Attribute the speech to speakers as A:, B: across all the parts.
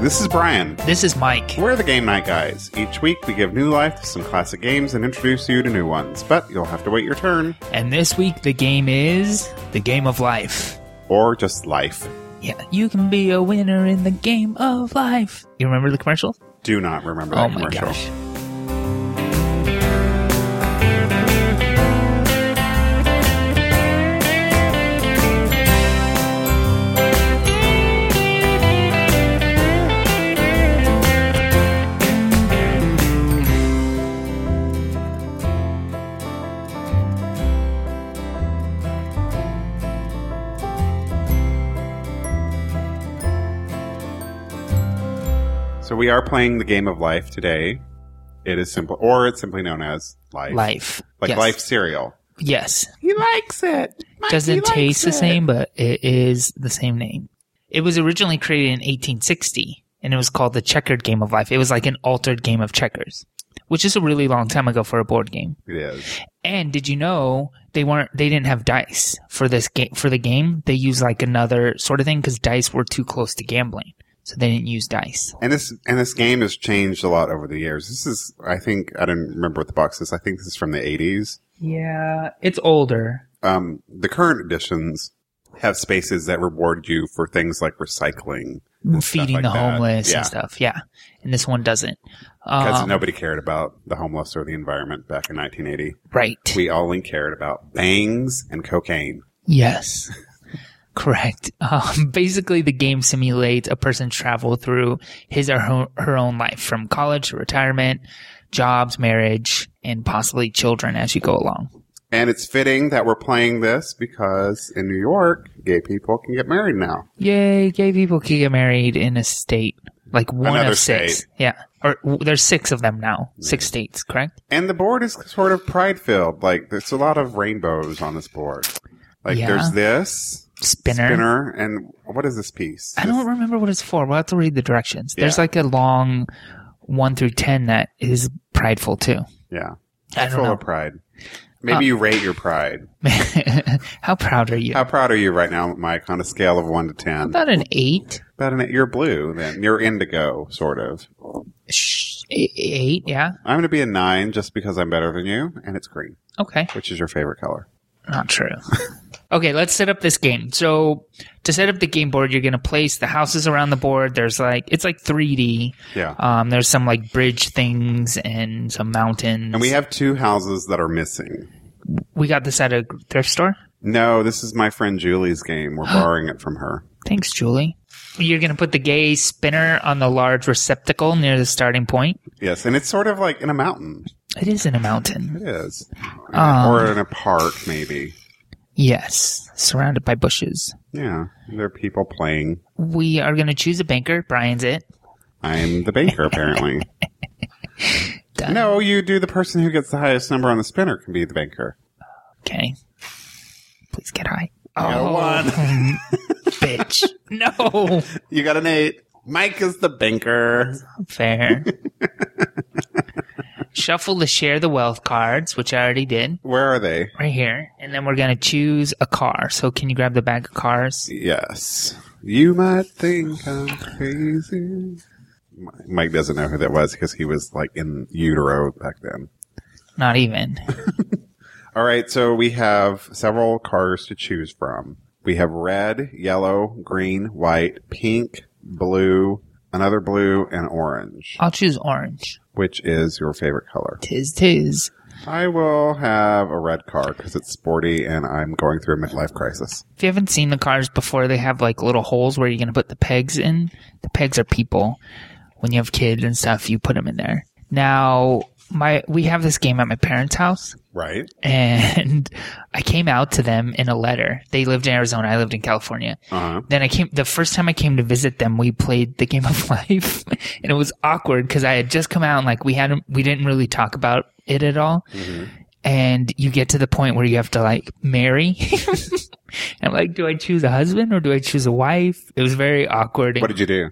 A: This is Brian.
B: This is Mike.
A: We're the Game Night Guys. Each week, we give new life to some classic games and introduce you to new ones, but you'll have to wait your turn.
B: And this week, the game is The Game of Life.
A: Or just life.
B: Yeah, you can be a winner in the game of life. You remember the commercial?
A: Do not remember
B: Oh
A: that
B: my
A: commercial.
B: gosh.
A: So, we are playing the game of life today. It is simple, or it's simply known as life.
B: Life.
A: Like
B: yes.
A: life cereal.
B: Yes.
A: He likes it. Mike, he
B: Doesn't
A: likes
B: taste the
A: it.
B: same, but it is the same name. It was originally created in 1860, and it was called the Checkered Game of Life. It was like an altered game of checkers, which is a really long time ago for a board game.
A: It is.
B: And did you know they weren't? They didn't have dice for this game. For the game, they used like another sort of thing because dice were too close to gambling, so they didn't use dice.
A: And this and this game has changed a lot over the years. This is, I think, I don't remember what the box is. I think this is from the 80s.
B: Yeah, it's older.
A: um, the current editions have spaces that reward you for things like recycling stuff
B: Feeding
A: like
B: the
A: that.
B: homeless
A: Yeah.
B: and stuff. Yeah, and this one doesn't.
A: because
B: Um,
A: nobody cared about the homeless or the environment back in 1980.
B: right.
A: We only cared about bangs and cocaine.
B: Yes. Correct. Um, basically, the game simulates a person's travel through his or her, her own life from college to retirement, jobs, marriage, and possibly children as you go along.
A: And it's fitting that we're playing this because in New York, gay people can get married now.
B: Yay, gay people can get married in a state. Like one
A: Another
B: of six.
A: state.
B: Yeah. Or w- there's six of them now. Six states, correct?
A: And the board is sort of pride filled. Like there's a lot of rainbows on this board. Like
B: Yeah.
A: there's this
B: Spinner.
A: spinner, and what is this piece?
B: I don't remember what it's for. We'll have to read the directions. There's
A: Yeah.
B: like a long one through 10 that is prideful too.
A: yeah,
B: I
A: full
B: don't Uh,
A: of pride. Maybe you rate your pride.
B: know. How proud are you?
A: How proud are you right now, Mike, on a scale of 1 to 10?
B: About an eight.
A: About an 8. You're blue, then. You're indigo, sort of.
B: Sh- e- Eight, yeah.
A: I'm going to be a 9 just because I'm better than you, and it's green,
B: Okay.
A: which is your favorite color.
B: Not true. okay, let's set up this game. So to set up the game board, you're going to place the houses around the board. There's like it's like 3D.
A: Yeah.
B: Um, there's some like bridge things and some mountains.
A: And we have two houses that are missing.
B: we got this at a thrift store.
A: No, this is my friend Julie's game. We're borrowing it from her.
B: Thanks, Julie. You're going to put the gay spinner on the large receptacle near the starting point.
A: Yes, and it's sort of like in a mountain.
B: It is in a mountain.
A: It is.
B: Um.
A: or in a park, maybe.
B: Yes, surrounded by bushes.
A: Yeah, there are people playing.
B: We are going to choose a banker. Brian's it.
A: I'm the baker, apparently.
B: Done.
A: no, you do the person who gets the highest number on the spinner can be the banker.
B: Okay. Please get high.
A: You got a
B: Oh,
A: one.
B: bitch. No.
A: You got an eight. Mike is the banker.
B: Fair. Shuffle the share the wealth cards, which I already did
A: Where are they?
B: right here. And then we're going to choose a car. So can you grab the bag of cars?
A: Yes. You might think I'm crazy. M- Mike doesn't know who that was because he was like in utero back then.
B: Not even.
A: All right, so we have several cars to choose from. We have red, yellow, green, white, pink, blue, another blue, and orange,
B: I'll choose orange.
A: which is your favorite color.
B: Tis, tis.
A: I will have a red car because it's sporty and I'm going through a midlife crisis.
B: If you haven't seen the cars before, they have like little holes where you're going to put the pegs in. The pegs are people. When you have kids and stuff, you put them in there. Now, my we have this game at my parents' house.
A: Right?
B: and I came out to them in a letter. They lived in Arizona, I lived in California.
A: Uh huh.
B: Then I came the first time I came to visit them, we played the game of life, and it was awkward because I had just come out and like we hadn't we didn't really talk about it at all. And you get to the point where you have to like marry. and like, do I choose a husband or do I choose a wife? It was very awkward. and
A: What did you do?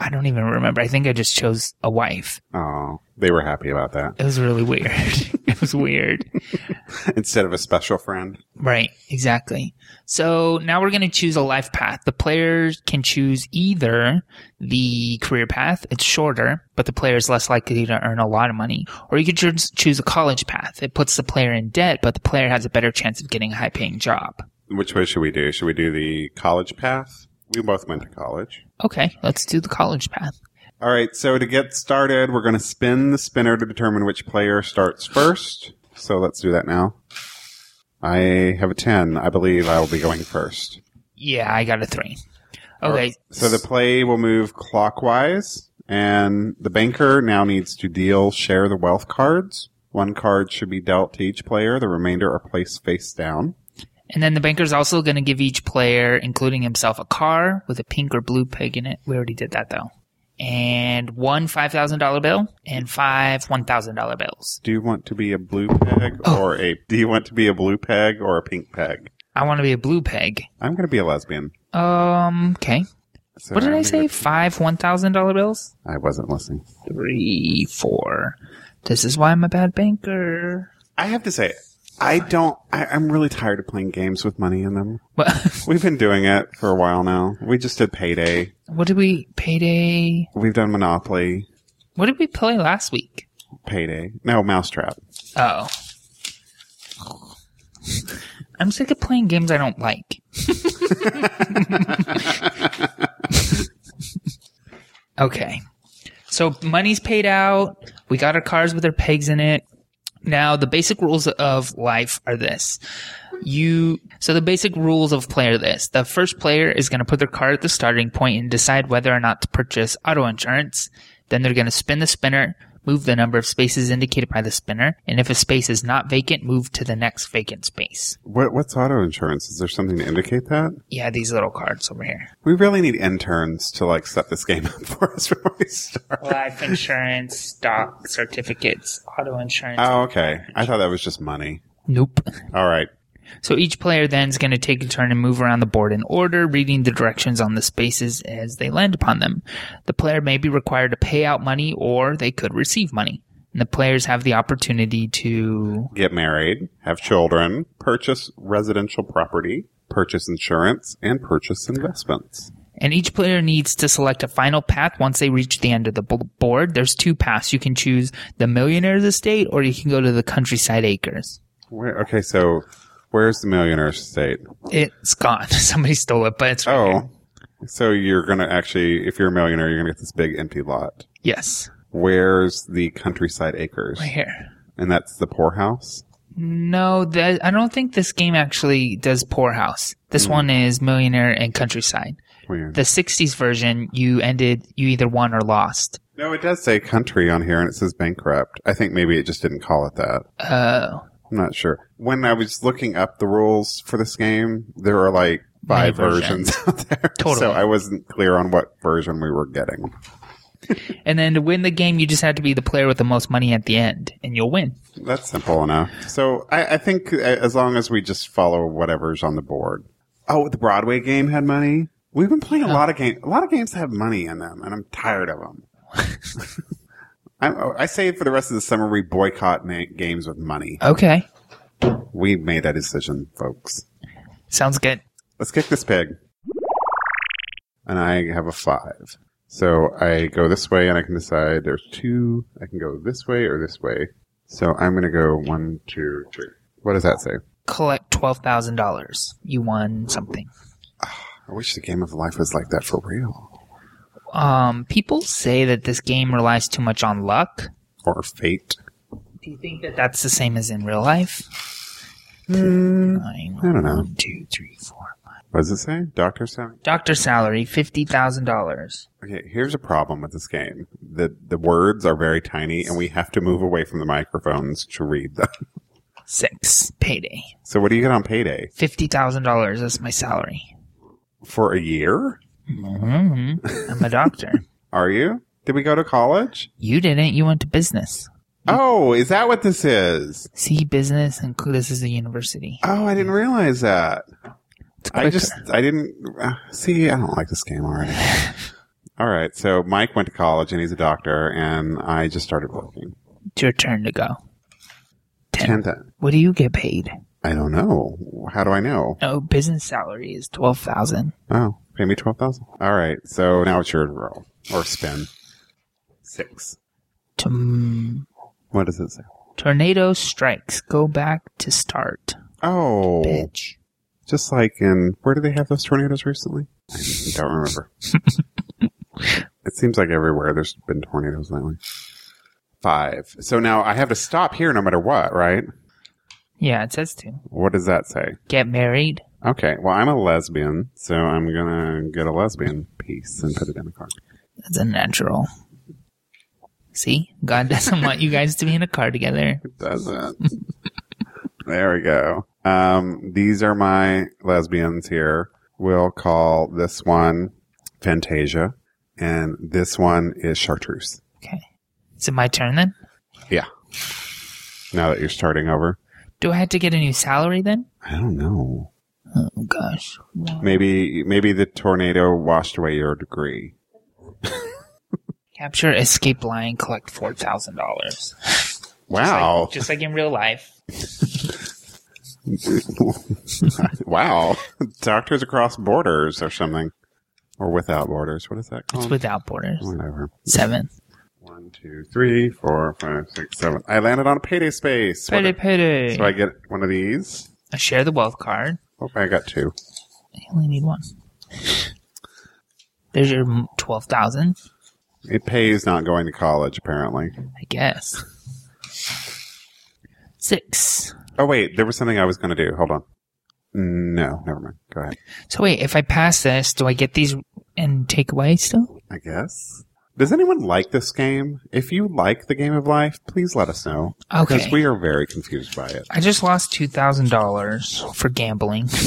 B: I don't even remember. I think I just chose a wife.
A: Oh, they were happy about that.
B: It was really weird. it was weird.
A: instead of a special friend.
B: Right, exactly. So now we're going to choose a life path. The player can choose either the career path, it's shorter, but the player is less likely to earn a lot of money, or you could choose choose a college path. It puts the player in debt, but the player has a better chance of getting a high paying job.
A: Which way should we do? Should we do the college path? We both went to college.
B: Okay, let's do the college path.
A: All right, so to get started, we're going to spin the spinner to determine which player starts first. So let's do that now. I have a 10. I believe I will be going first.
B: Yeah, I got a three. Okay.
A: So the play will move clockwise, and the banker now needs to deal share the wealth cards. One card should be dealt to each player, the remainder are placed face down.
B: And then the banker's also going to give each player, including himself, a car with a pink or blue pig in it. We already did that though. And one $5,000 bill and five $1,000 bills.
A: Do you want to be a blue peg
B: Oh.
A: or a do you want to be a blue peg or a pink peg?
B: I want to be a blue peg.
A: I'm going to be a lesbian.
B: Um, okay.
A: So
B: what did I
A: I'm
B: say?
A: gonna-
B: Five $1,000 bills?
A: I wasn't listening.
B: Three, four. This is why I'm a bad banker.
A: I have to say, I don't. I, I'm really tired of playing games with money in them.
B: What,
A: We've been doing it for a while now. We just did Payday.
B: what did we, payday?
A: We've done Monopoly.
B: What did we play last week?
A: Payday. No, Mousetrap.
B: Oh. I'm sick of playing games I don't like. okay. So money's paid out. We got our cars with our pegs in it. Now, the basic rules of life are this. You, so the basic rules of play are this. The first player is going to put their card at the starting point and decide whether or not to purchase auto insurance. Then they're going to spin the spinner, move the number of spaces indicated by the spinner, and if a space is not vacant, move to the next vacant space.
A: What, what's auto insurance? Is there something to indicate that?
B: Yeah, these little cards over here.
A: We really need interns to like set this game up for us before we start.
B: Life insurance, stock certificates, auto insurance.
A: Oh, okay. I thought that was just money.
B: nope.
A: All right.
B: So each player then is going to take a turn and move around the board in order, reading the directions on the spaces as they land upon them. The player may be required to pay out money or they could receive money. And the players have the opportunity to.
A: Get married, have children, purchase residential property, purchase insurance, and purchase investments.
B: And each player needs to select a final path once they reach the end of the b- board. There's two paths. You can choose the millionaire's estate or you can go to the countryside acres.
A: Where, okay, so where's the millionaire's estate?
B: It's gone. Somebody stole it, but it's right here.
A: Oh, so you're gonna actually, if you're a millionaire, you're gonna get this big empty lot.
B: Yes.
A: Where's the countryside acres?
B: Right here.
A: And that's the poorhouse.
B: No, that, I don't think this game actually does Poorhouse. This
A: Hmm.
B: one is Millionaire and Countryside.
A: Weird.
B: The 60s version, you ended, you either won or lost.
A: no, it does say country on here, and it says bankrupt. I think maybe it just didn't call it that.
B: Oh,
A: I'm not sure. When I was looking up the rules for this game, there are like
B: Many
A: five versions out there.
B: Totally.
A: So I wasn't clear on what version we were getting.
B: and then to win the game, you just had to be the player with the most money at the end, and you'll win.
A: That's simple enough. So I, I think a- as long as we just follow whatever's on the board. Oh, the Broadway game had money. We've been playing a lot of games. A lot of games have money in them, and I'm tired of them. I, I say for the rest of the summer we boycott ma- games with money.
B: Okay,
A: We made that decision, folks.
B: sounds good.
A: Let's kick this pig. And I have a five. So I go this way and I can decide there's two. I can go this way or this way. So I'm going to go one, two, three. What does that say?
B: Collect $12,000. You won something.
A: I wish the game of life was like that for real.
B: Um, people say that this game relies too much on luck.
A: Or fate.
B: Do you think that that's the same as in real life? Nine,
A: I don't know.
B: one, two, three, four, five.
A: What does it say? Dr. Sam?
B: Doctor salary, $50,000.
A: Okay, here's a problem with this game. The, the words are very tiny and we have to move away from the microphones to read them.
B: Six, payday.
A: So what do you get on payday?
B: $50,000 That's my salary.
A: For a year?
B: hmm I'm a doctor.
A: Are you? Did we go to college?
B: you didn't. You went to business.
A: Oh, is that what this is?
B: See, business, and cl- this is a university.
A: Oh, I didn't realize that.
B: It's
A: I
B: quicker.
A: just, I didn't uh, see. I don't like this game already. All right, so Mike went to college and he's a doctor, and I just started working.
B: It's your turn to go. Ten.
A: Ten times.
B: What do you get paid?
A: I don't know. How do I know?
B: No, business salary is twelve thousand.
A: Oh, pay me twelve thousand. All right. So now it's your roll or spin. Six. What does it say?
B: Tornado strikes. Go back to start.
A: Oh,
B: Bitch.
A: just like in where do they have those tornadoes recently? I don't remember. it seems like everywhere there's been tornadoes lately. Five. So now I have to stop here no matter what, right?
B: Yeah, it says to
A: What does that say?
B: get married.
A: Okay. Well, I'm a lesbian, so I'm gonna get a lesbian piece and put it in the card.
B: That's a natural. See, God doesn't want you guys to be in a car together.
A: It doesn't. there we go. Um, these are my lesbians here. We'll call this one Fantasia, and this one is Chartreuse.
B: Okay. Is it my turn then?
A: Now that you're starting over,
B: Do I have to get a new salary then?
A: I don't know.
B: Oh gosh.
A: Maybe maybe the tornado washed away your degree.
B: Capture, escape line, collect four thousand dollars.
A: Wow!
B: Just like in real life.
A: wow! Doctors across borders or something, or without borders. What is that
B: It's
A: called?
B: without borders.
A: Whatever.
B: Seven.
A: One, two, three, four, five, six, seven. I landed on a payday space. What
B: Payday, payday.
A: a- so I get one of these.
B: I share the wealth card.
A: Oh, I got two.
B: You only need one. There's your m- twelve thousand,
A: It pays not going to college, apparently.
B: I guess. Six.
A: Oh, wait, there was something I was going to do. Hold on. No, never mind. Go ahead.
B: So wait, if I pass this, do I get these and take away still?
A: I guess. Does anyone like this game? If you like the game of life, please let us know.
B: Okay.
A: Because we are very confused by it.
B: I just lost two thousand dollars for gambling.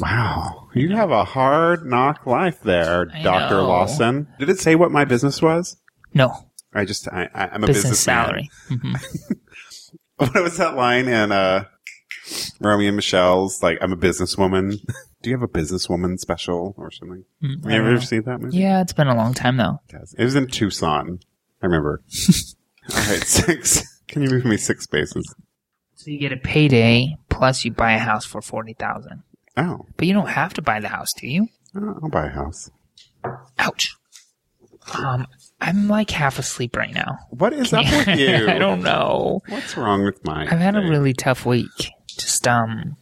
A: Wow. You have a hard knock life there,
B: I
A: Dr.
B: know.
A: Lawson. Did it say what my business was?
B: No
A: I just, I, I, I'm a
B: business,
A: businessman.
B: salary. Mhm.
A: what was that line in uh, Romeo and Michelle's? Like, I'm a businesswoman. Do you have a businesswoman special or something?
B: Mm,
A: Have
B: I
A: you
B: don't
A: ever
B: know.
A: seen that movie?
B: Yeah, it's been a long time though.
A: Yes. It was in Tucson. I remember. All right, six. Can you move me six spaces?
B: So you get a payday plus you buy a house for forty thousand.
A: Oh,
B: But you don't have to buy the house, do you?
A: I'll I'll buy a house.
B: Ouch. Um, I'm like half asleep right now.
A: What is up with you?
B: I don't know.
A: What's wrong with mine?
B: I've had a
A: today?
B: really tough week. Just um,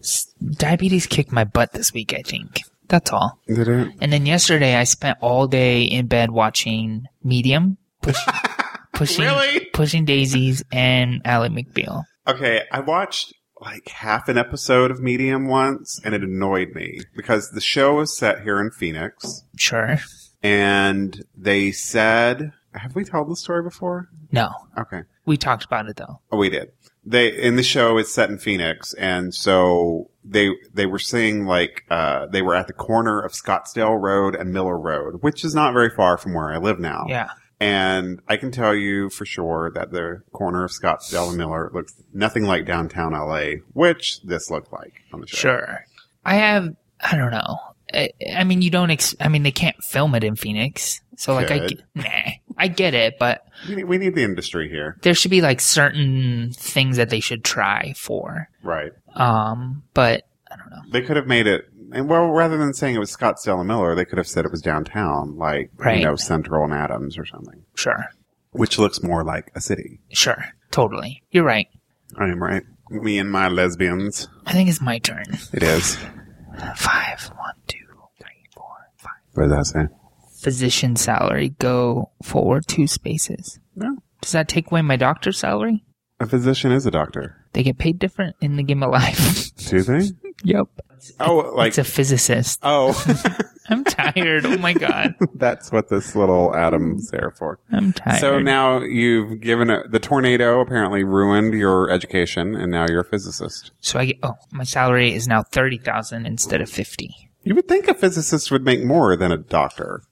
B: s- diabetes kicked my butt this week. I think that's all.
A: Did it?
B: And then yesterday, I spent all day in bed watching Medium, push, pushing,
A: Really?
B: pushing daisies, and Ally McBeal.
A: Okay, I watched like half an episode of Medium once, and it annoyed me because the show is set here in Phoenix,
B: Sure.
A: and they said, "Have we told the story before?"
B: No,
A: Okay.
B: we talked about it though.
A: Oh, we did. They in the show it's set in Phoenix, and so they they were saying like uh, they were at the corner of Scottsdale Road and Miller Road, which is not very far from where I live now.
B: Yeah.
A: And I can tell you for sure that the corner of Scottsdale and Miller looks nothing like downtown LA, which this looked like on the show.
B: Sure. I have. I don't know. I, I mean, you don't. Ex- I mean, they can't film it in Phoenix, so like, I
A: Could.
B: ge- nah, I get it, but
A: We need, we need the industry here,
B: there should be like certain things that they should try for.
A: right?
B: Um, but I don't know.
A: They could have made it, and well, rather than saying it was Scottsdale and Miller, they could have said it was downtown, like
B: Right.
A: you know Central and Adams or something,
B: Sure,
A: which looks more like a city.
B: sure, totally. You're right.
A: I am right. Me and my lesbians.
B: I think it's my turn.
A: It is.
B: Five, one, two, three, four, five.
A: What does that say?
B: Physician salary. Go forward two spaces.
A: No.
B: Does that take away my doctor's salary?
A: A physician is a doctor.
B: They get paid different in the game of life.
A: Do they?
B: yep.
A: Oh, like
B: it's a physicist.
A: oh,
B: I'm tired. oh my god.
A: that's what this little Adam's there for.
B: I'm tired.
A: So now you've given a, the tornado apparently ruined your education, and now you're a physicist.
B: so I get. Oh, my salary is now thirty thousand instead of fifty.
A: You would think a physicist would make more than a doctor.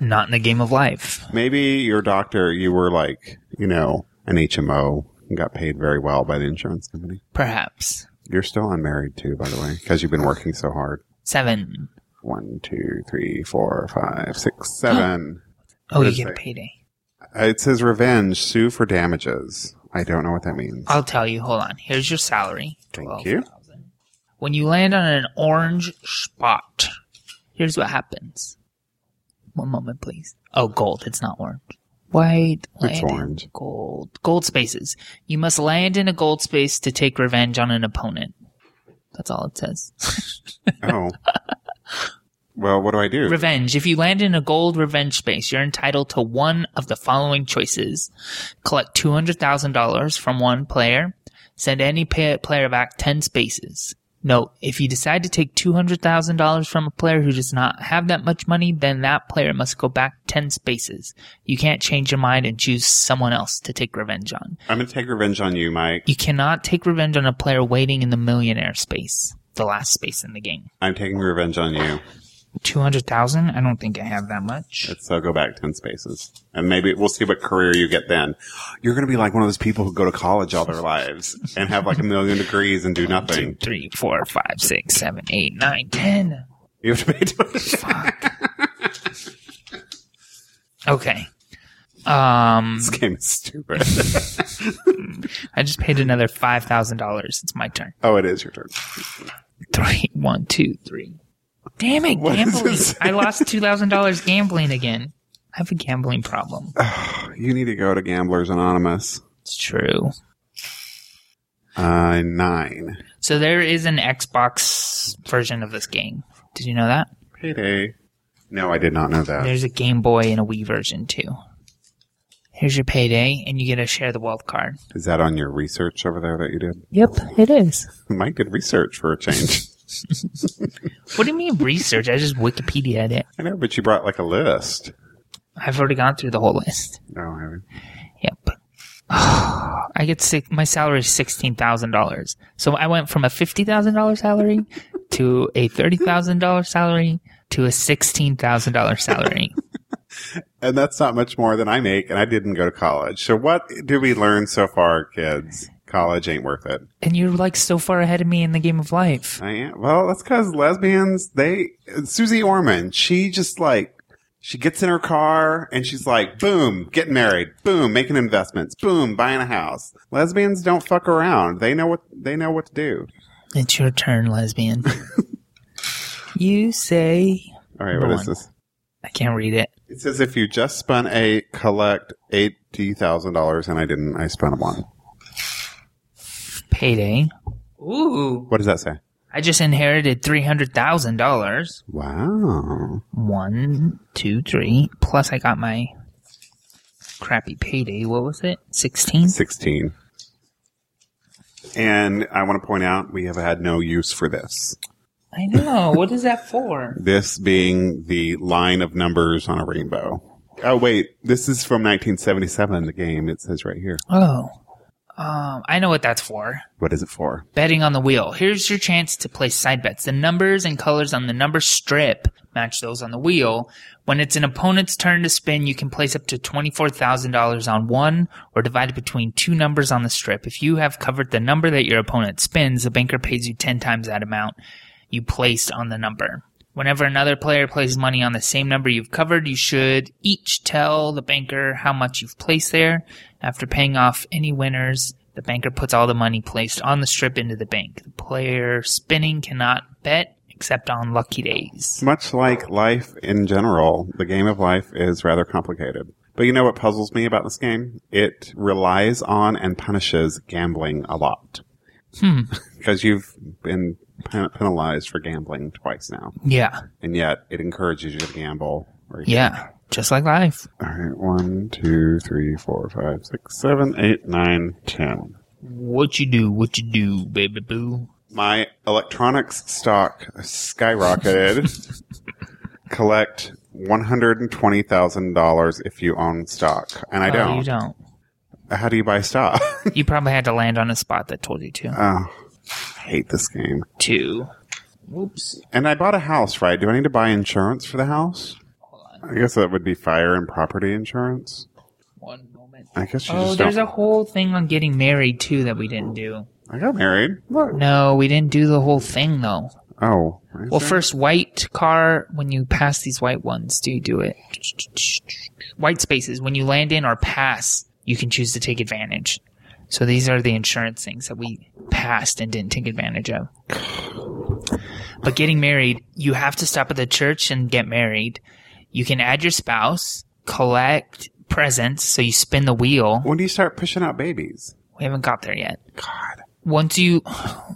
B: Not in the game of life.
A: Maybe your doctor, you were like, you know, an HMO and got paid very well by the insurance company.
B: Perhaps
A: You're still unmarried too, by the way, because you've been working so hard.
B: seven.
A: One, two, three, four, five, six, seven.
B: Oh, you
A: That's
B: get a
A: right.
B: payday.
A: Uh, It says revenge, sue for damages. I don't know what that means.
B: I'll tell you. Hold on. Here's your salary.
A: Thank you.
B: 12,000. When you land on an orange spot, here's what happens. One moment, please. Oh, gold. It's not orange. White.
A: It's
B: landing
A: orange.
B: Gold. Gold spaces. You must land in a gold space to take revenge on an opponent. That's all it says.
A: Oh. well, what do I do?
B: Revenge. If you land in a gold revenge space, you're entitled to one of the following choices. Collect $200,000 from one player. Send any pay- player back 10 spaces. Note, if you decide to take $200,000 from a player who does not have that much money, then that player must go back 10 spaces. You can't change your mind and choose someone else to take revenge on.
A: I'm going to take revenge on you, Mike.
B: You cannot take revenge on a player waiting in the millionaire space, the last space in the game.
A: I'm taking revenge on you.
B: 200,000? I don't think I have that much.
A: So uh, go back 10 spaces. And maybe we'll see what career you get then. You're going to be like one of those people who go to college all their lives and have like a million degrees and do
B: two,
A: nothing.
B: three, four, five, six, seven, eight, nine, ten.
A: You have to pay tuition.
B: Okay. Um,
A: This game is stupid.
B: I just paid another five thousand dollars. It's my turn.
A: oh, it is your turn.
B: Three, one, two, three. Damn it,
A: What is
B: gambling!
A: this?
B: I lost two thousand dollars gambling again. I have a gambling problem.
A: You need to go to Gamblers Anonymous.
B: It's true.
A: Uh, nine.
B: So there is an Xbox version of this game. Did you know that?
A: Payday. No, I did not know that.
B: There's a Game Boy and a Wii version too. Here's your payday, and you get a share the wealth card.
A: Is that on your research over there that you did?
B: Yep, it is.
A: Mike did research for a change.
B: What do you mean research? I just Wikipedia it.
A: I know, but you brought like a list.
B: I've already gone through the whole list.
A: No, I haven't.
B: Yep. I get sick. My salary is sixteen thousand dollars. So I went from a fifty thousand dollar salary to a thirty thousand dollar salary to a sixteen thousand dollar salary.
A: And that's not much more than I make, and I didn't go to college. So what do we learn so far, kids? College ain't worth it.
B: and you're like so far ahead of me in the game of life.
A: I am. Well, that's because lesbians, they, Susie Orman, she just like, she gets in her car and she's like, boom, getting married, boom, making investments, boom, buying a house. Lesbians don't fuck around. They know what, they know what to do.
B: It's your turn, lesbian. you say
A: All right, what
B: Go
A: is
B: on.
A: this?
B: I can't read it.
A: It says if you just spun a collect $80,000 and I didn't, I spun a one.
B: Payday. Ooh.
A: What does that say?
B: I just inherited three hundred thousand dollars.
A: Wow.
B: one, two, three. Plus, I got my crappy payday. What was it? Sixteen.
A: 16. And I want to point out we have had no use for this.
B: I know. What is that for?
A: This being the line of numbers on a rainbow. Oh, wait. This is from 1977, the game. It says right here.
B: Oh, um, I know what that's for.
A: What is it for?
B: Betting on the wheel. Here's your chance to place side bets. The numbers and colors on the number strip match those on the wheel. When it's an opponent's turn to spin, you can place up to $24,000 on one or divide it between two numbers on the strip. If you have covered the number that your opponent spins, the banker pays you 10 times that amount you placed on the number. Whenever another player places money on the same number you've covered, you should each tell the banker how much you've placed there. After paying off any winners, the banker puts all the money placed on the strip into the bank. The player spinning cannot bet except on lucky days.
A: Much like life in general, the game of life is rather complicated. But you know what puzzles me about this game? It relies on and punishes gambling a lot. Because you've been pen- penalized for gambling twice now.
B: Yeah.
A: And yet it encourages you to gamble. Or you
B: Yeah. Just like life.
A: All right, one, two, three, four, five, six, seven, eight, nine, ten.
B: What you do, what you do, baby boo.
A: My electronics stock skyrocketed. Collect one hundred and twenty thousand dollars if you own stock, and I
B: Oh, you
A: don't.
B: don't.
A: How do you buy stock?
B: You probably had to land on a spot that told you to.
A: oh, I hate this game.
B: Two. Oops.
A: And I bought a house, right? Do I need to buy insurance for the house? I guess that would be fire and property insurance.
B: One moment.
A: I guess you
B: Oh,
A: just don't.
B: there's a whole thing on getting married too that we didn't do.
A: I got married. Look.
B: No, we didn't do the whole thing though.
A: Oh. is
B: Well,
A: there?
B: first white car. When you pass these white ones, do you do it? White spaces. When you land in or pass, you can choose to take advantage. So these are the insurance things that we passed and didn't take advantage of. But getting married, you have to stop at the church and get married. You can add your spouse, collect presents, so you spin the wheel.
A: When do you start pushing out babies?
B: We haven't got there yet.
A: God.
B: Once you,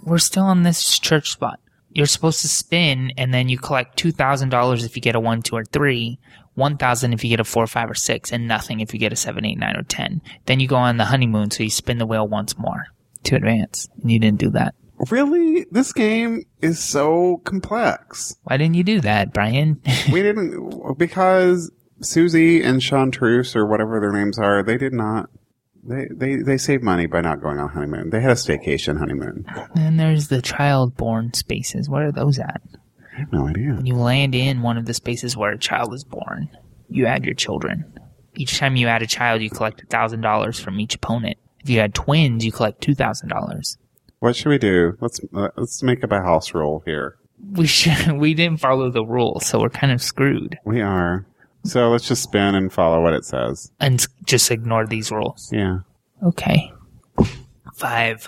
B: we're still on this church spot. You're supposed to spin, and then you collect two thousand dollars if you get a one, two, or three. One thousand if you get a four, five, or six, and nothing if you get a seven, eight, nine, or ten. Then you go on the honeymoon, so you spin the wheel once more to advance. And you didn't do that.
A: Really? This game is so complex.
B: Why didn't you do that, Brian?
A: We didn't because Susie and Sean Truce or whatever their names are, they did not they they they saved money by not going on honeymoon. They had a staycation honeymoon. I
B: then there's the child born spaces. Where are those at?
A: have no idea.
B: When you land in one of the spaces where a child is born, you add your children. Each time you add a child, you collect thousand dollars from each opponent. If you had twins, you collect two thousand dollars.
A: What should we do? Let's uh, let's make up a house rule here.
B: We should. We didn't follow the rules, so we're kind of screwed.
A: We are. So let's just spin and follow what it says.
B: And s- just ignore these rules.
A: Yeah.
B: Okay. Five.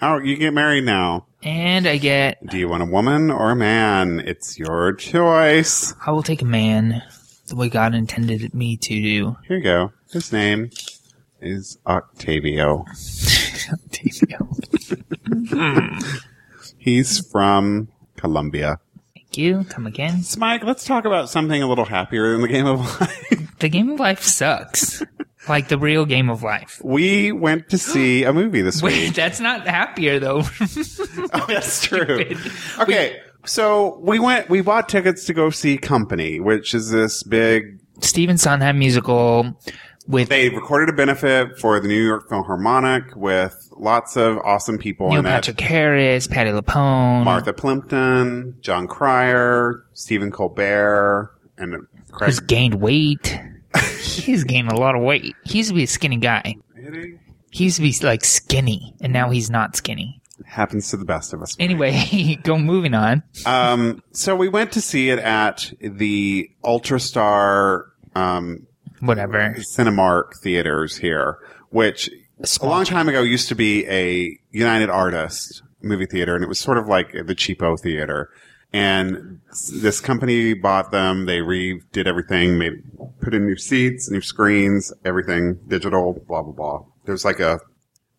A: Oh, you get married now.
B: And I get.
A: Do you want a woman or a man? It's your choice.
B: I will take a man, the way God intended me to do.
A: Here you go. His name is Octavio.
B: Thank
A: He's from Colombia.
B: you. Come again.
A: So, Mike, let's talk about something a little happier than the game of life.
B: The game of life sucks. like the real game of life.
A: We went to see a movie this week.
B: Wait, that's not happier though.
A: Oh, that's true. Okay, so we went. We bought tickets to go see Company, which is this big.
B: Stephen Sondheim musical with
A: They recorded a benefit for the New York Philharmonic with lots of awesome people
B: Neil
A: in it.
B: Patrick Harris, Patty LaPone,
A: Martha Plimpton, John Cryer, Stephen Colbert, and Craig.
B: who's gained weight. he's gained a lot of weight. He used to be a skinny guy.
A: It
B: He used to be like skinny, and now he's not skinny.
A: happens to the best of us.
B: Anyway, go moving on.
A: Um, so we went to see it at the Ultrastar um,
B: Whatever.
A: Cinemark theaters here, which a long time ago used to be a United Artists movie theater, and it was sort of like the cheapo theater. And s- this company bought them. They redid everything. They put in new seats, new screens, everything digital. Blah blah blah. There's like a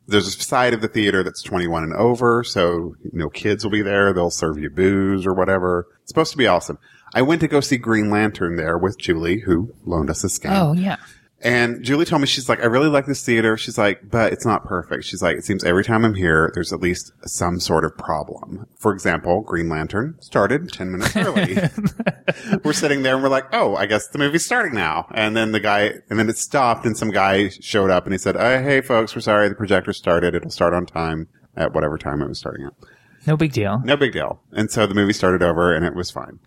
A: there's a side of the theater that's 21 and over, so no kids will be there. They'll serve you booze or whatever. It's supposed to be awesome. I went to go see Green Lantern there with Julie, who loaned us this game.
B: Oh yeah.
A: And Julie told me, she's like, I really like this theater. She's like, but it's not perfect. She's like, it seems every time I'm here, there's at least some sort of problem. For example, Green Lantern started 10 minutes early. we're sitting there and we're like, oh, I guess the movie's starting now. And then the guy, and then it stopped and some guy showed up and he said, uh, hey folks, we're sorry. The projector started. It'll start on time at whatever time it was starting at.
B: No big deal.
A: No big deal. And so the movie started over and it was fine.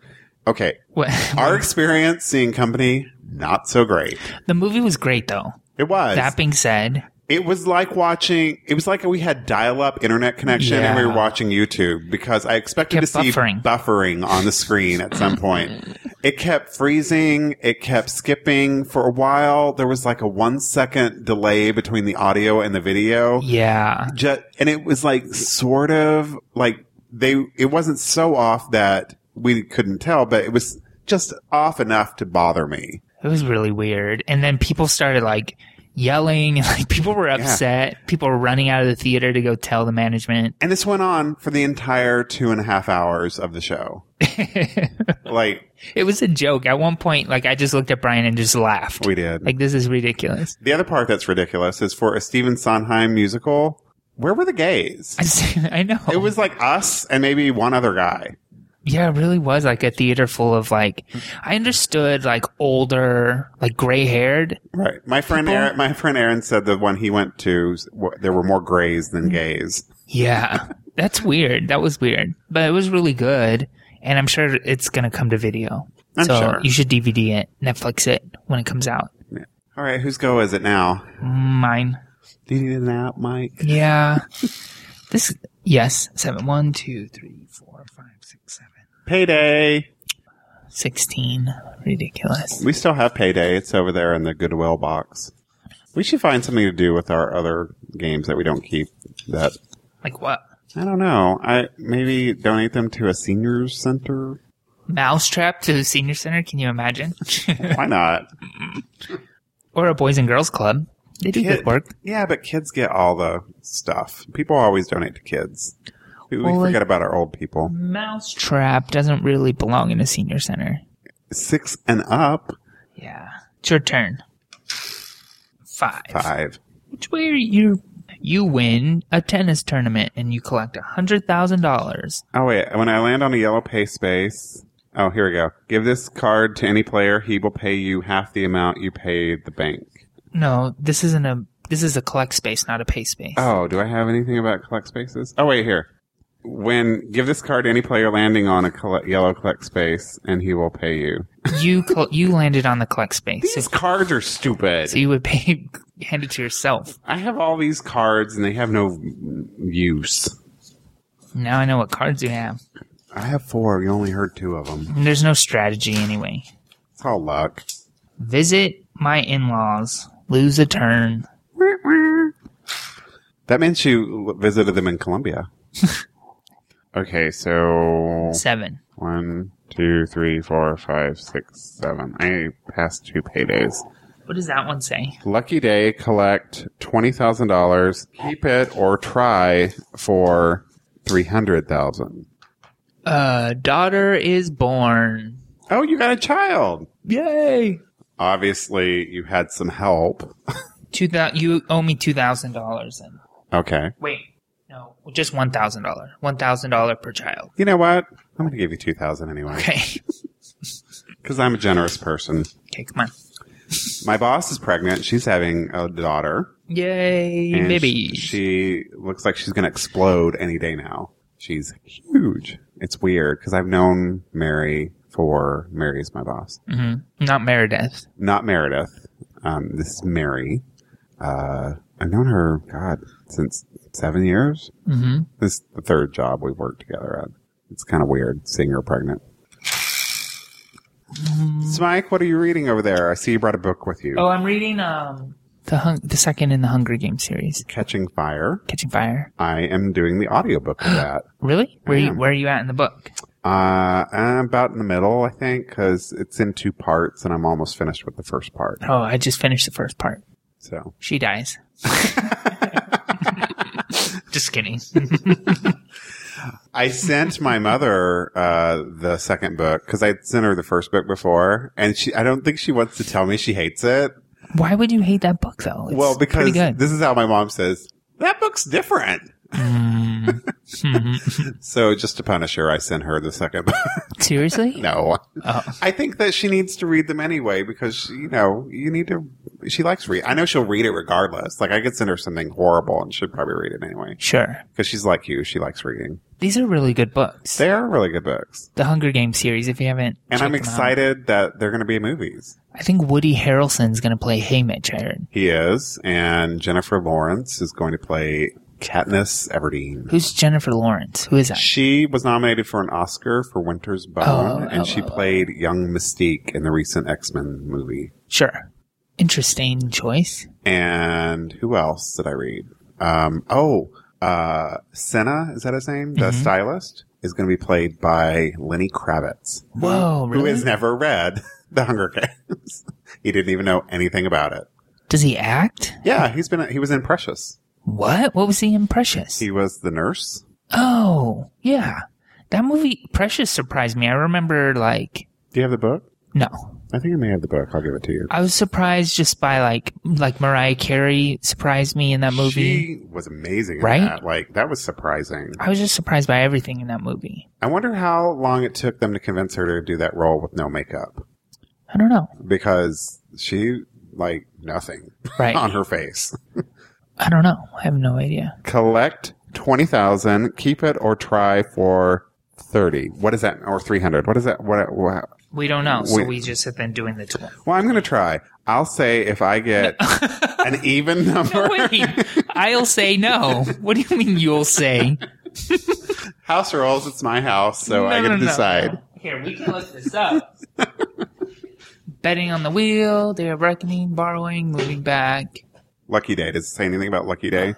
A: Okay.
B: What?
A: Our experience seeing company, not so great.
B: The movie was great though.
A: It was.
B: That being said,
A: It was like watching. It was like we had dial-up internet connection and we
B: Yeah.
A: were watching YouTube because I expected to
B: Kept
A: see
B: buffering.
A: buffering on the screen at some point. It kept freezing. It kept skipping for a while. There was like a one-second delay between the audio and the video.
B: yeah.
A: Ju- and it was like sort of like they. It wasn't so off that we couldn't tell, but it was just off enough to bother me.
B: It was really weird. And then people started like yelling and like people were upset. People were running out of the theater to go tell the management.
A: And this went on for the entire two and a half hours of the show. like
B: It was a joke. At one point, like I just looked at Brian and just laughed.
A: we did.
B: like this is ridiculous.
A: the other part that's ridiculous is for a Steven Sondheim musical. Where were the gays?
B: I, just- I know.
A: It was like us and maybe one other guy.
B: yeah, it really was like a theater full of like I understood like older, like gray haired.
A: Right. My friend
B: People-
A: Aaron, my friend Aaron said the one he went to w- there were more grays
B: Mm-hmm.
A: than gays.
B: Yeah. That's weird. That was weird. But it was really good. And I'm sure it's gonna come to video.
A: I'm
B: so
A: sure.
B: you should DVD it, Netflix it when it comes out.
A: All right, whose go is it now?
B: Mine.
A: Do you need a nap, Mike?
B: Yeah. this yes. Seven. One, two, three, four, five, six, seven.
A: Payday.
B: Sixteen. Ridiculous.
A: We still have payday. It's over there in the Goodwill box. We should find something to do with our other games that we don't keep. That
B: Like what?
A: I don't know. I maybe donate them to a seniors center.
B: Mousetrap to the senior center? Can you imagine?
A: Why not?
B: or a boys and girls club? They do good
A: Kid-
B: work.
A: Yeah, but kids get all the stuff. People always donate to kids. We, we
B: Well, like-
A: forget about our old people.
B: Mousetrap doesn't really belong in a senior center.
A: Six and up,
B: Yeah. It's your turn. Five.
A: five.
B: Which way are you? You win a tennis tournament and you collect a hundred thousand dollars.
A: Oh wait, when I land on a yellow pay space. Oh, here we go. Give this card to any player. He will pay you half the amount you paid the bank.
B: No, this isn't a. This is a collect space, not a pay space.
A: Oh, do I have anything about collect spaces? Oh wait, here. When give this card to any player landing on a colle yellow collect space, and he will pay you.
B: You col- you landed on the collect space, so,
A: These cards are stupid.
B: so you would pay hand it to yourself.
A: I have all these cards, and they have no use.
B: Now I know what cards you have.
A: I have four. You only heard two of them.
B: And there's no strategy anyway.
A: It's all luck.
B: Visit my in-laws. Lose a turn.
A: That means you visited them in Colombia. okay, so
B: Seven.
A: one, two, three, four, five, six, seven. I passed two paydays.
B: What does that one say?
A: Lucky day, collect twenty thousand dollars. Keep it or try for three hundred thousand.
B: Uh, daughter is born.
A: Oh, you got a child.
B: Yay!
A: Obviously, you had some help.
B: Two thousand. You owe me two thousand dollars. Then
A: Okay.
B: wait, no, just one thousand dollar. One thousand dollar per child.
A: You know what? I'm going to give you two thousand anyway
B: Okay.
A: because I'm a generous person.
B: okay, come on.
A: My boss is pregnant. She's having a daughter.
B: Yay,
A: and
B: baby.
A: sh- She looks like she's going to explode any day now. She's huge. It's weird because I've known Mary for Mary's my boss,
B: hmm Not Meredith.
A: not Meredith. Um, this is Mary. Uh, I've known her, God, since seven years.
B: hmm
A: This is the third job we've worked together at. It's kind of weird seeing her pregnant. Smike, what are you reading over there? I see you brought a book with you.
B: Oh, I'm reading um the hung- the second in the Hunger Games series,
A: Catching Fire.
B: Catching Fire.
A: I am doing the audiobook of that.
B: Really? Where you
A: am.
B: where are you at in the book?
A: Uh, I'm about in the middle, I think, because it's in two parts, and I'm almost finished with the first part.
B: Oh, I just finished the first part.
A: So,
B: She dies. just kidding.
A: I sent my mother uh, the second book because I sent her the first book before, and she—I don't think she wants to tell me she hates it.
B: Why would you hate that book though? It's
A: well, because
B: pretty good.
A: this is how my mom says that book's different.
B: Mm. Mhm.
A: So, just to punish her, I sent her the second book.
B: Seriously?
A: no,
B: Oh.
A: I think that she needs to read them anyway because she, you know you need to. She likes read. I know she'll read it regardless. Like I could send her something horrible, and she'd probably read it anyway
B: Sure.
A: because she's like you. She likes reading.
B: These are really good books.
A: They are really good books,
B: the Hunger Games series, if you haven't.
A: and
B: checked
A: I'm
B: them out.
A: excited that they're going to be movies.
B: I think Woody Harrelson's going to play Haymitch, I heard.
A: He is, and Jennifer Lawrence is going to play Katniss Everdeen.
B: Who's Jennifer Lawrence? Who is that?
A: She was nominated for an Oscar for Winter's Bone,
B: Oh,
A: and
B: oh,
A: she
B: oh, oh.
A: played young Mystique in the recent X Men movie.
B: Sure. Interesting choice.
A: And who else did I read? Um, oh, uh, Senna, is that his name? The
B: Mhm.
A: stylist is going to be played by Lenny Kravitz,
B: Whoa,
A: who
B: really?
A: has never read The Hunger Games. he didn't even know anything about it.
B: Does he act?
A: Yeah, he's been, he was in Precious.
B: What? What was he in Precious?
A: He was the nurse.
B: oh, yeah. That movie, Precious, surprised me. I remember, like,
A: Do you have the book?
B: no.
A: I think I may have the book. I'll give it to you.
B: I was surprised just by, like, like Mariah Carey surprised me in that movie.
A: She was amazing. in
B: Right?
A: that. Like, that was surprising.
B: I was just surprised by everything in that movie.
A: I wonder how long it took them to convince her to do that role with no makeup
B: I don't know.
A: because she, like, nothing on
B: Right.
A: her face.
B: I don't know. I have no idea.
A: collect 20,000, keep it or try for 30. What is that? Or 300. What is that? What, what?
B: We don't know, so
A: We-
B: we just have been doing the tool.
A: Well, I'm going to try. I'll say if I get an even number.
B: Wait, I'll say no. What do you mean you'll say?
A: house rules. It's my house, so I
B: No,
A: get
B: no,
A: to
B: no, no.
A: decide.
B: Here, we can look this up. Betting on the wheel, they are reckoning, borrowing, moving back.
A: Lucky Day. Does it say anything about Lucky Day?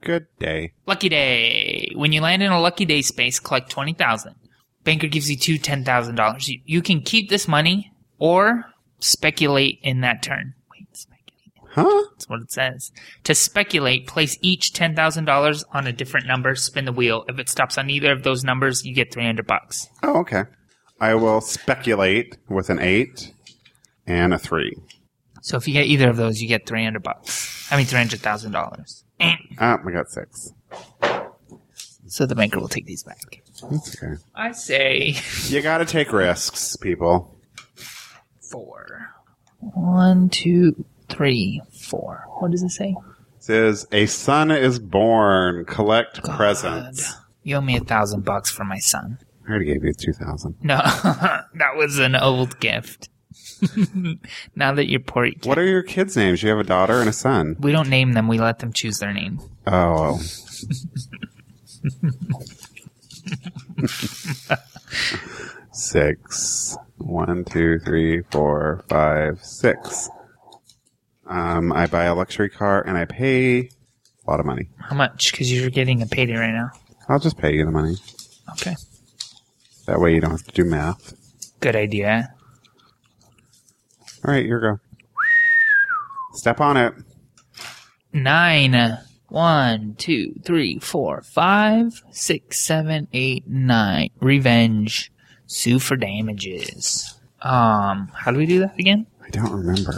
A: Good day.
B: Lucky day. When you land in a lucky day space, collect 20,000. Banker gives you two $10,000. You, you can keep this money or speculate in that turn. Wait, speculate.
A: Huh?
B: That's what it says. To speculate, place each $10,000 on a different number, spin the wheel. If it stops on either of those numbers, you get 300 bucks.
A: Oh, okay. I will speculate with an eight and a three.
B: So if you get either of those, you get 300 bucks. I mean, $300,000. Eh.
A: Ah, I got six.
B: So the banker will take these back.
A: That's okay.
B: I say
A: You gotta take risks, people.
B: four. One, two, three, four. What does it say?
A: It says a son is born. Collect presents.
B: God. You owe me a thousand bucks for my son.
A: I already gave you two thousand.
B: No, that was an old gift. now that you're poor, you can't-
A: What are your kids' names? You have a daughter and a son.
B: we don't name them. We let them choose their name.
A: Oh, six. One, two, three, four, five, six. Um, I buy a luxury car and I pay a lot of money.
B: How much? Because you're getting a payday right now.
A: I'll just pay you the money.
B: Okay.
A: That way you don't have to do math.
B: Good idea.
A: All right, here we go. Step on it.
B: Nine. One, two, three, four, five, six, seven, eight, nine. Revenge. Sue for damages. Um, how do we do that again?
A: I don't remember.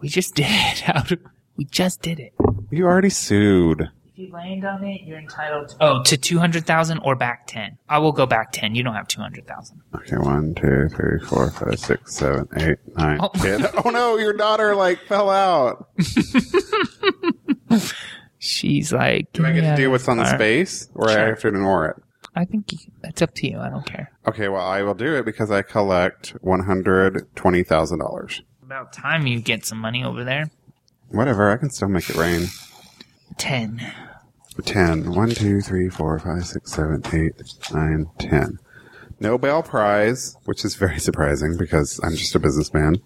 B: We just did it. How do, we just did it.
A: You already sued.
B: If you land on it, you're entitled to Oh, to 200,000 or back 10. I will go back 10. You don't have 200,000.
A: Okay, one, two, three, four, five, six, seven, eight, nine.
B: Oh.
A: Kid. oh no, your daughter like fell out.
B: She's like,
A: Do I get to do what's on the
B: Alright.
A: space, or I
B: Sure.
A: have to ignore it?
B: I think you- that's up to you. I don't care.
A: Okay, well, I will do it because I collect one hundred twenty thousand dollars.
B: About time you get some money over there.
A: Whatever, I can still make it rain.
B: 10.
A: Ten. One, two, three, four, five, six, seven, eight, nine, ten. Nobel Prize, which is very surprising because I'm just a businessman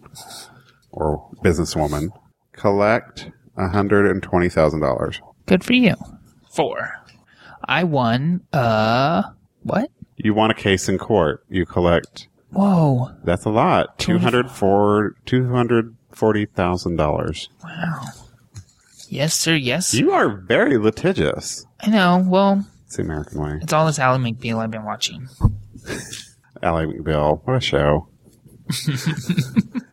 A: or businesswoman. Collect hundred and twenty thousand dollars.
B: Good for you. 4. I won, uh, what?
A: You want a case in court. You collect.
B: Whoa.
A: That's a lot. Two hundred four. Two hundred forty thousand dollars.
B: Wow. Yes, sir. Yes.
A: You are very litigious.
B: I know. Well,
A: It's the American way.
B: it's all this Alan McBeal I've been watching.
A: Ally McBeal. What a show.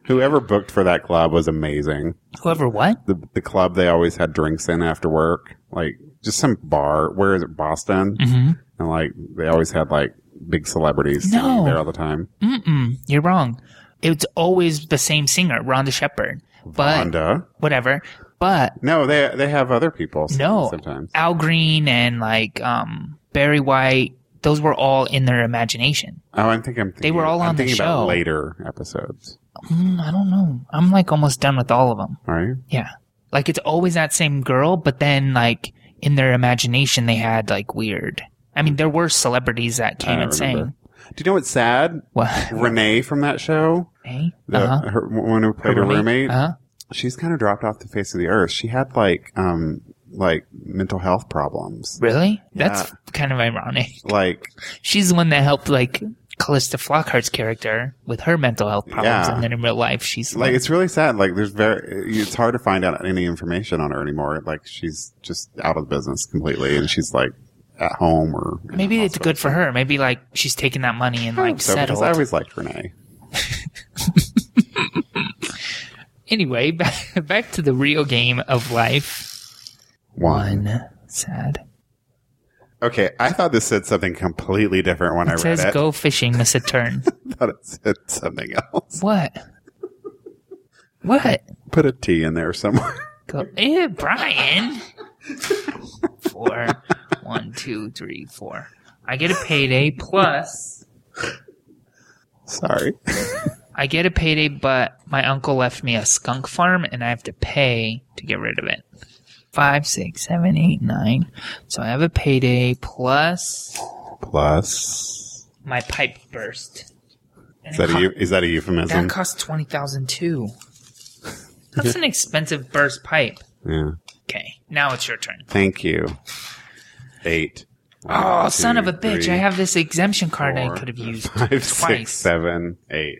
A: Whoever booked for that club was amazing.
B: Whoever what?
A: The the club they always had drinks in after work. Like just some bar. Where is it? Boston.
B: Mm-hmm.
A: And like they always had like big celebrities singing
B: No.
A: there all the time.
B: Mm-mm, you're wrong. It's always the same singer, Rhonda Shepherd. But
A: Honda.
B: whatever. But
A: No, they they have other people singing
B: No.
A: sometimes.
B: Al Green and like um, Barry White, those were all in their imagination.
A: Oh, I think I'm. Thinking,
B: They were all
A: I'm
B: on the
A: thinking about
B: show.
A: later episodes.
B: Mm, I don't know. I'm like almost done with all of them.
A: All right.
B: Yeah, like it's always that same girl, but then like in their imagination they had like weird. I mean, there were celebrities that
A: I
B: came
A: don't
B: and
A: remember.
B: sang.
A: Do you know what's sad?
B: What?
A: Renee from that show,
B: Hey?
A: the
B: uh-huh.
A: her, one who played her, roommate,
B: Uh-huh.
A: she's kind of dropped off the face of the earth. She had like um like mental health problems.
B: Really? That's
A: Yeah.
B: kind of ironic.
A: Like
B: She's the one that helped like Callista Flockhart's character with her mental health problems,
A: Yeah.
B: and then in real life she's
A: like
B: like,
A: it's really sad. Like there's very it's hard to find out any information on her anymore. Like she's just out of the business completely, and she's like at home or in
B: maybe
A: the
B: it's good for her. Maybe like she's taking that money and
A: hospital. I hope
B: like
A: Oh, so, because
B: settled.
A: I always liked Renee.
B: anyway, back, back to the real game of life.
A: One.
B: One sad.
A: Okay, I thought this said something completely different when I read
B: It says
A: it.
B: go fishing, miss a turn.
A: thought it said something else.
B: what? What?
A: Put a T in there somewhere.
B: Go, eh, Brian. four, one, two, three, four. I get a payday plus.
A: Sorry.
B: I get a payday, but my uncle left me a skunk farm and I have to pay to get rid of it. Five, six, seven, eight, nine. So I have a payday plus
A: Plus,
B: my pipe burst. And
A: is
B: it
A: that a,
B: co-
A: eu- is that a
B: that
A: euphemism?
B: costs twenty thousand too. That's an expensive burst pipe.
A: Yeah.
B: Okay, now it's your turn.
A: Thank you. Eight.
B: Oh,
A: One,
B: son
A: two,
B: of a bitch!
A: three,
B: I have this exemption card I
A: four,
B: could have used
A: five, six,
B: twice.
A: seven, eight.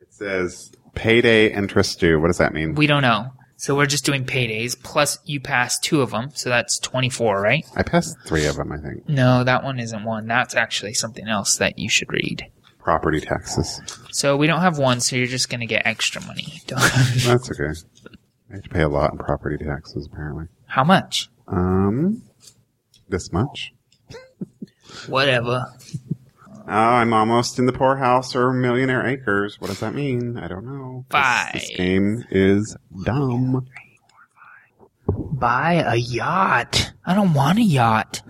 A: It says payday interest due. What does that mean?
B: We don't know. So we're just doing paydays. Plus, you passed two of them, so that's twenty-four, right?
A: I passed three of them, I think.
B: No, that one isn't one. That's actually something else that you should read.
A: Property taxes.
B: So we don't have one, so you're just going to get extra money. Don't-
A: That's okay. I have to pay a lot in property taxes, apparently.
B: How much?
A: Um, this much.
B: Whatever.
A: Oh, I'm almost in the poorhouse or millionaire acres. What does that mean? I don't know.
B: Five.
A: This, this game is dumb.
B: Buy a yacht. I don't want a yacht.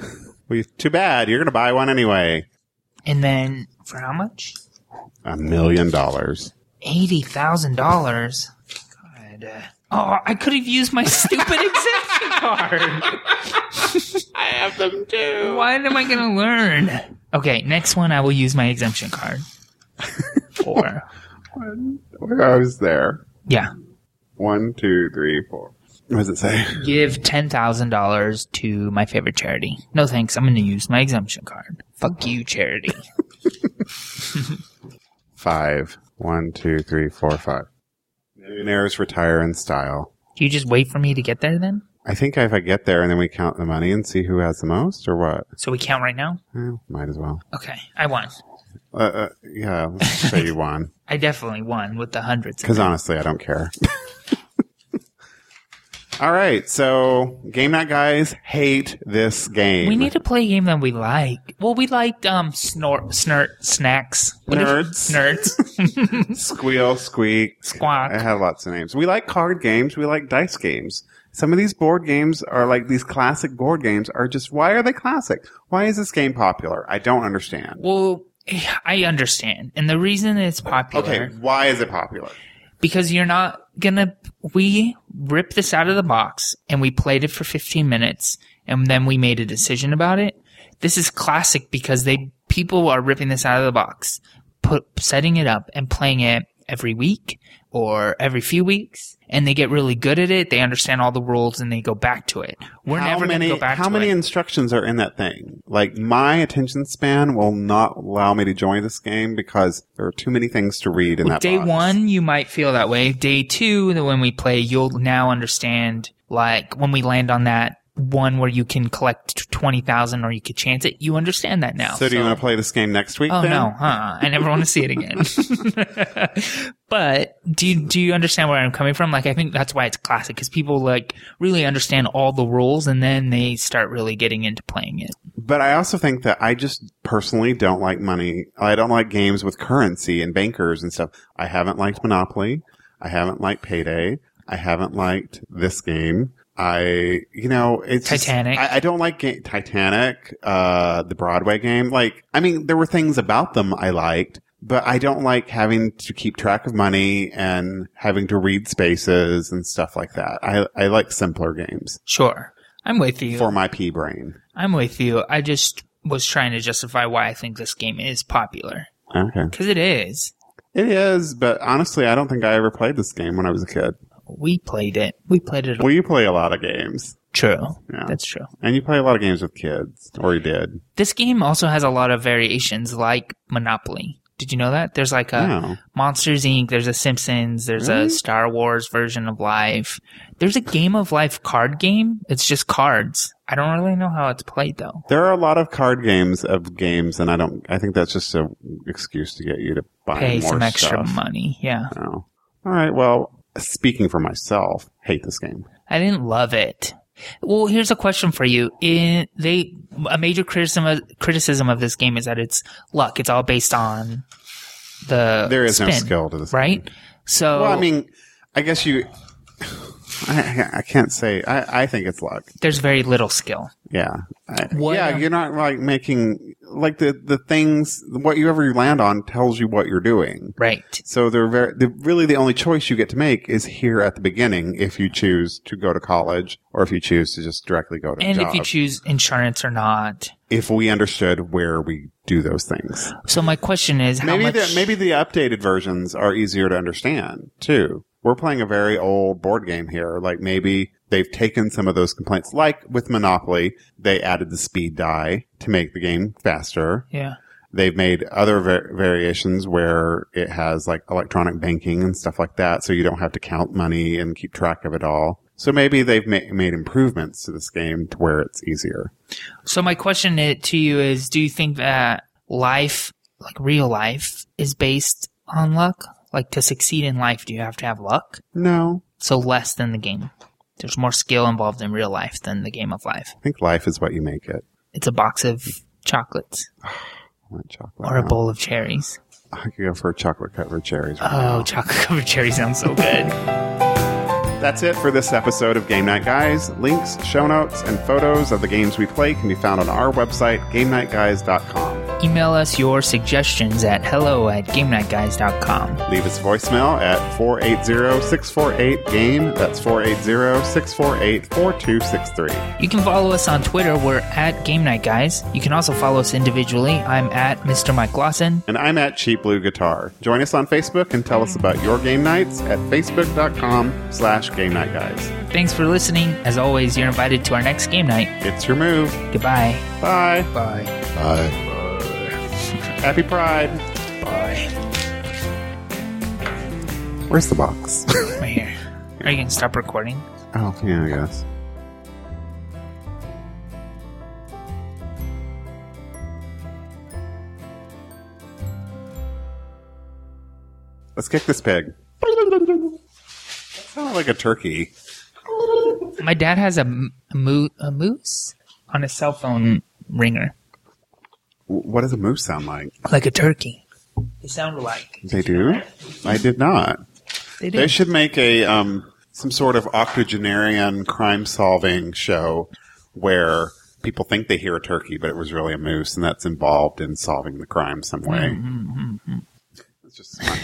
A: Well, too bad. You're going to buy one anyway.
B: And then for how much?
A: A million dollars.
B: Eighty thousand dollars. God. uh, Oh, I could have used my stupid exemption card.
A: I have them too.
B: Why am I going to learn? Okay, next one I will use my exemption card. Four.
A: I was there.
B: Yeah.
A: One, two, three, four. What does it say?
B: Give ten thousand dollars to my favorite charity. No thanks. I'm going to use my exemption card. Fuck you, charity.
A: Five. One, two, three, four, five. Millionaires retire in style.
B: Do you just wait for me to get there then?
A: I think if I get there and then we count the money and see who has the most or what,
B: So we count right now?
A: Eh, might as well.
B: Okay, I won.
A: Uh, uh, yeah, let's just say you won.
B: I definitely won with the hundreds.
A: Because honestly, I don't care. All right, so game night guys hate this game.
B: We need to play a game that we like. Well, we liked um snort, snort, snacks, What if-
A: Nerds.
B: nerds,
A: squeal, squeak.
B: squawk.
A: I have lots of names. We like card games. We like dice games. Some of these board games are like these classic board games are just why are they classic? Why is this game popular? I don't understand.
B: Well, I understand, and the reason it's popular
A: Okay, why is it popular?
B: because you're not gonna. We ripped this out of the box and we played it for 15 minutes, and then we made a decision about it. This is classic because they people are ripping this out of the box, put setting it up and playing it every week or every few weeks, and they get really good at it. They understand all the rules and they go back to it. We're
A: how
B: never
A: many
B: gonna go back.
A: how
B: to
A: many
B: It.
A: instructions are in that thing? Like my attention span will not allow me to join this game because there are too many things to read in that
B: day
A: box.
B: one you might feel that way day two that when we play you'll now understand like when we land on that one where you can collect 20000 or you could chance it you understand that now
A: So, do you want to play this game next week?
B: oh
A: then?
B: no huh i never want to see it again but do you, do you understand where i'm coming from like i think that's why it's classic because people like really understand all the rules and then they start really getting into playing it
A: But I also think that I just personally don't like money. I don't like games with currency and bankers and stuff. I haven't liked Monopoly. I haven't liked Payday. I haven't liked this game. I, you know, it's just-
B: Titanic.
A: I, I don't like ga- Titanic, uh, the Broadway game. Like, I mean, there were things about them I liked, but I don't like having to keep track of money and having to read spaces and stuff like that. I, I like simpler games
B: sure i'm with you
A: for my pea brain.
B: i'm with you i just was trying to justify why i think this game is popular
A: Okay.
B: Because it is.
A: It is, but honestly, I don't think I ever played this game when I was a kid.
B: We played it. We played it.
A: Well, you play a lot of games,
B: True.
A: Yeah.
B: That's true.
A: and you play a lot of games with kids, or you did.
B: This game also has a lot of variations, like Monopoly. Did you know that? There's like a
A: No.
B: Monsters Inc., there's a Simpsons, there's
A: Really?
B: a Star Wars version of life. There's a Game of Life card game. It's just cards. I don't really know how it's played, though.
A: There are a lot of card games of games, and I don't. I think that's just an excuse to get you to buy
B: Pay
A: more
B: some extra
A: stuff.
B: money. Yeah.
A: Oh. All right. Well, speaking for myself, hate this game.
B: I didn't love it. Well, here's a question for you. In, they a major criticism of, criticism of this game is that it's luck. It's all based on the
A: There is no
B: Uh, spin,
A: skill to this,
B: right? Oh.
A: Game.
B: So
A: Well, I mean, I guess you. I, I can't say. I, I think it's luck.
B: there's very little skill.
A: Yeah. I-
B: What- um,
A: yeah, you're not like making like the the things what you ever you land on tells you what you're doing.
B: Right.
A: So they're very the, really the only choice you get to make is here at the beginning if you choose to go to college or if you choose to just directly go to a
B: And
A: job.
B: if you choose insurance or not.
A: if we understood where we do those things,
B: So my question is how
A: maybe
B: much
A: the maybe the updated versions are easier to understand too. we're playing a very old board game here. Like maybe they've taken some of those complaints, like with Monopoly, they added the speed die to make the game faster.
B: Yeah.
A: They've made other var- variations where it has like electronic banking and stuff like that, so you don't have to count money and keep track of it all. So maybe they've ma- made improvements to this game to where it's easier.
B: So my question i- to you is: Do you think that life, like real life, is based on luck? Like to succeed in life, do you have to have luck?
A: No,
B: So less than the game. There's more skill involved in real life than the game of life.
A: I think life is what you make it.
B: It's a box of chocolates
A: I want chocolate.
B: or a
A: now.
B: bowl of cherries.
A: I could go for a chocolate covered cherries. right
B: Oh,
A: now.
B: chocolate covered cherry sounds so good.
A: That's it for this episode of Game Night Guys. Links, show notes, and photos of the games we play can be found on our website, GameNightGuys.com.
B: Email us your suggestions at hello at GameNightGuys.com.
A: Leave us a voicemail at 480-648-GAME. That's 480-648-4263.
B: You can follow us on Twitter. We're at Game Night Guys. You can also follow us individually. I'm at Mr. Mike Lawson.
A: And I'm at Cheap Blue Guitar. Join us on Facebook and tell us about your game nights at facebook.com slash Game Night Guys.
B: Thanks for listening. As always, you're invited to our next game night.
A: It's your move.
B: Goodbye.
A: Bye.
B: Bye.
A: Bye. Happy Pride.
B: Bye.
A: Where's the box?
B: Right here. Are you going to stop recording?
A: oh, yeah, I guess. Let's kick this pig. That sounded like a turkey.
B: My dad has a, m- a moo- a moose on his cell phone ringer,
A: W- What does a moose sound like?
B: like a turkey. They sound alike.
A: They do? I did not.
B: They do.
A: They should make a um, some sort of octogenarian crime solving show where people think they hear a turkey, but it was really a moose, and that's involved in solving the crime some way. It's just smart.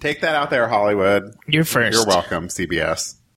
A: take that out there, Hollywood.
B: You're 1st
A: You're welcome, CBS.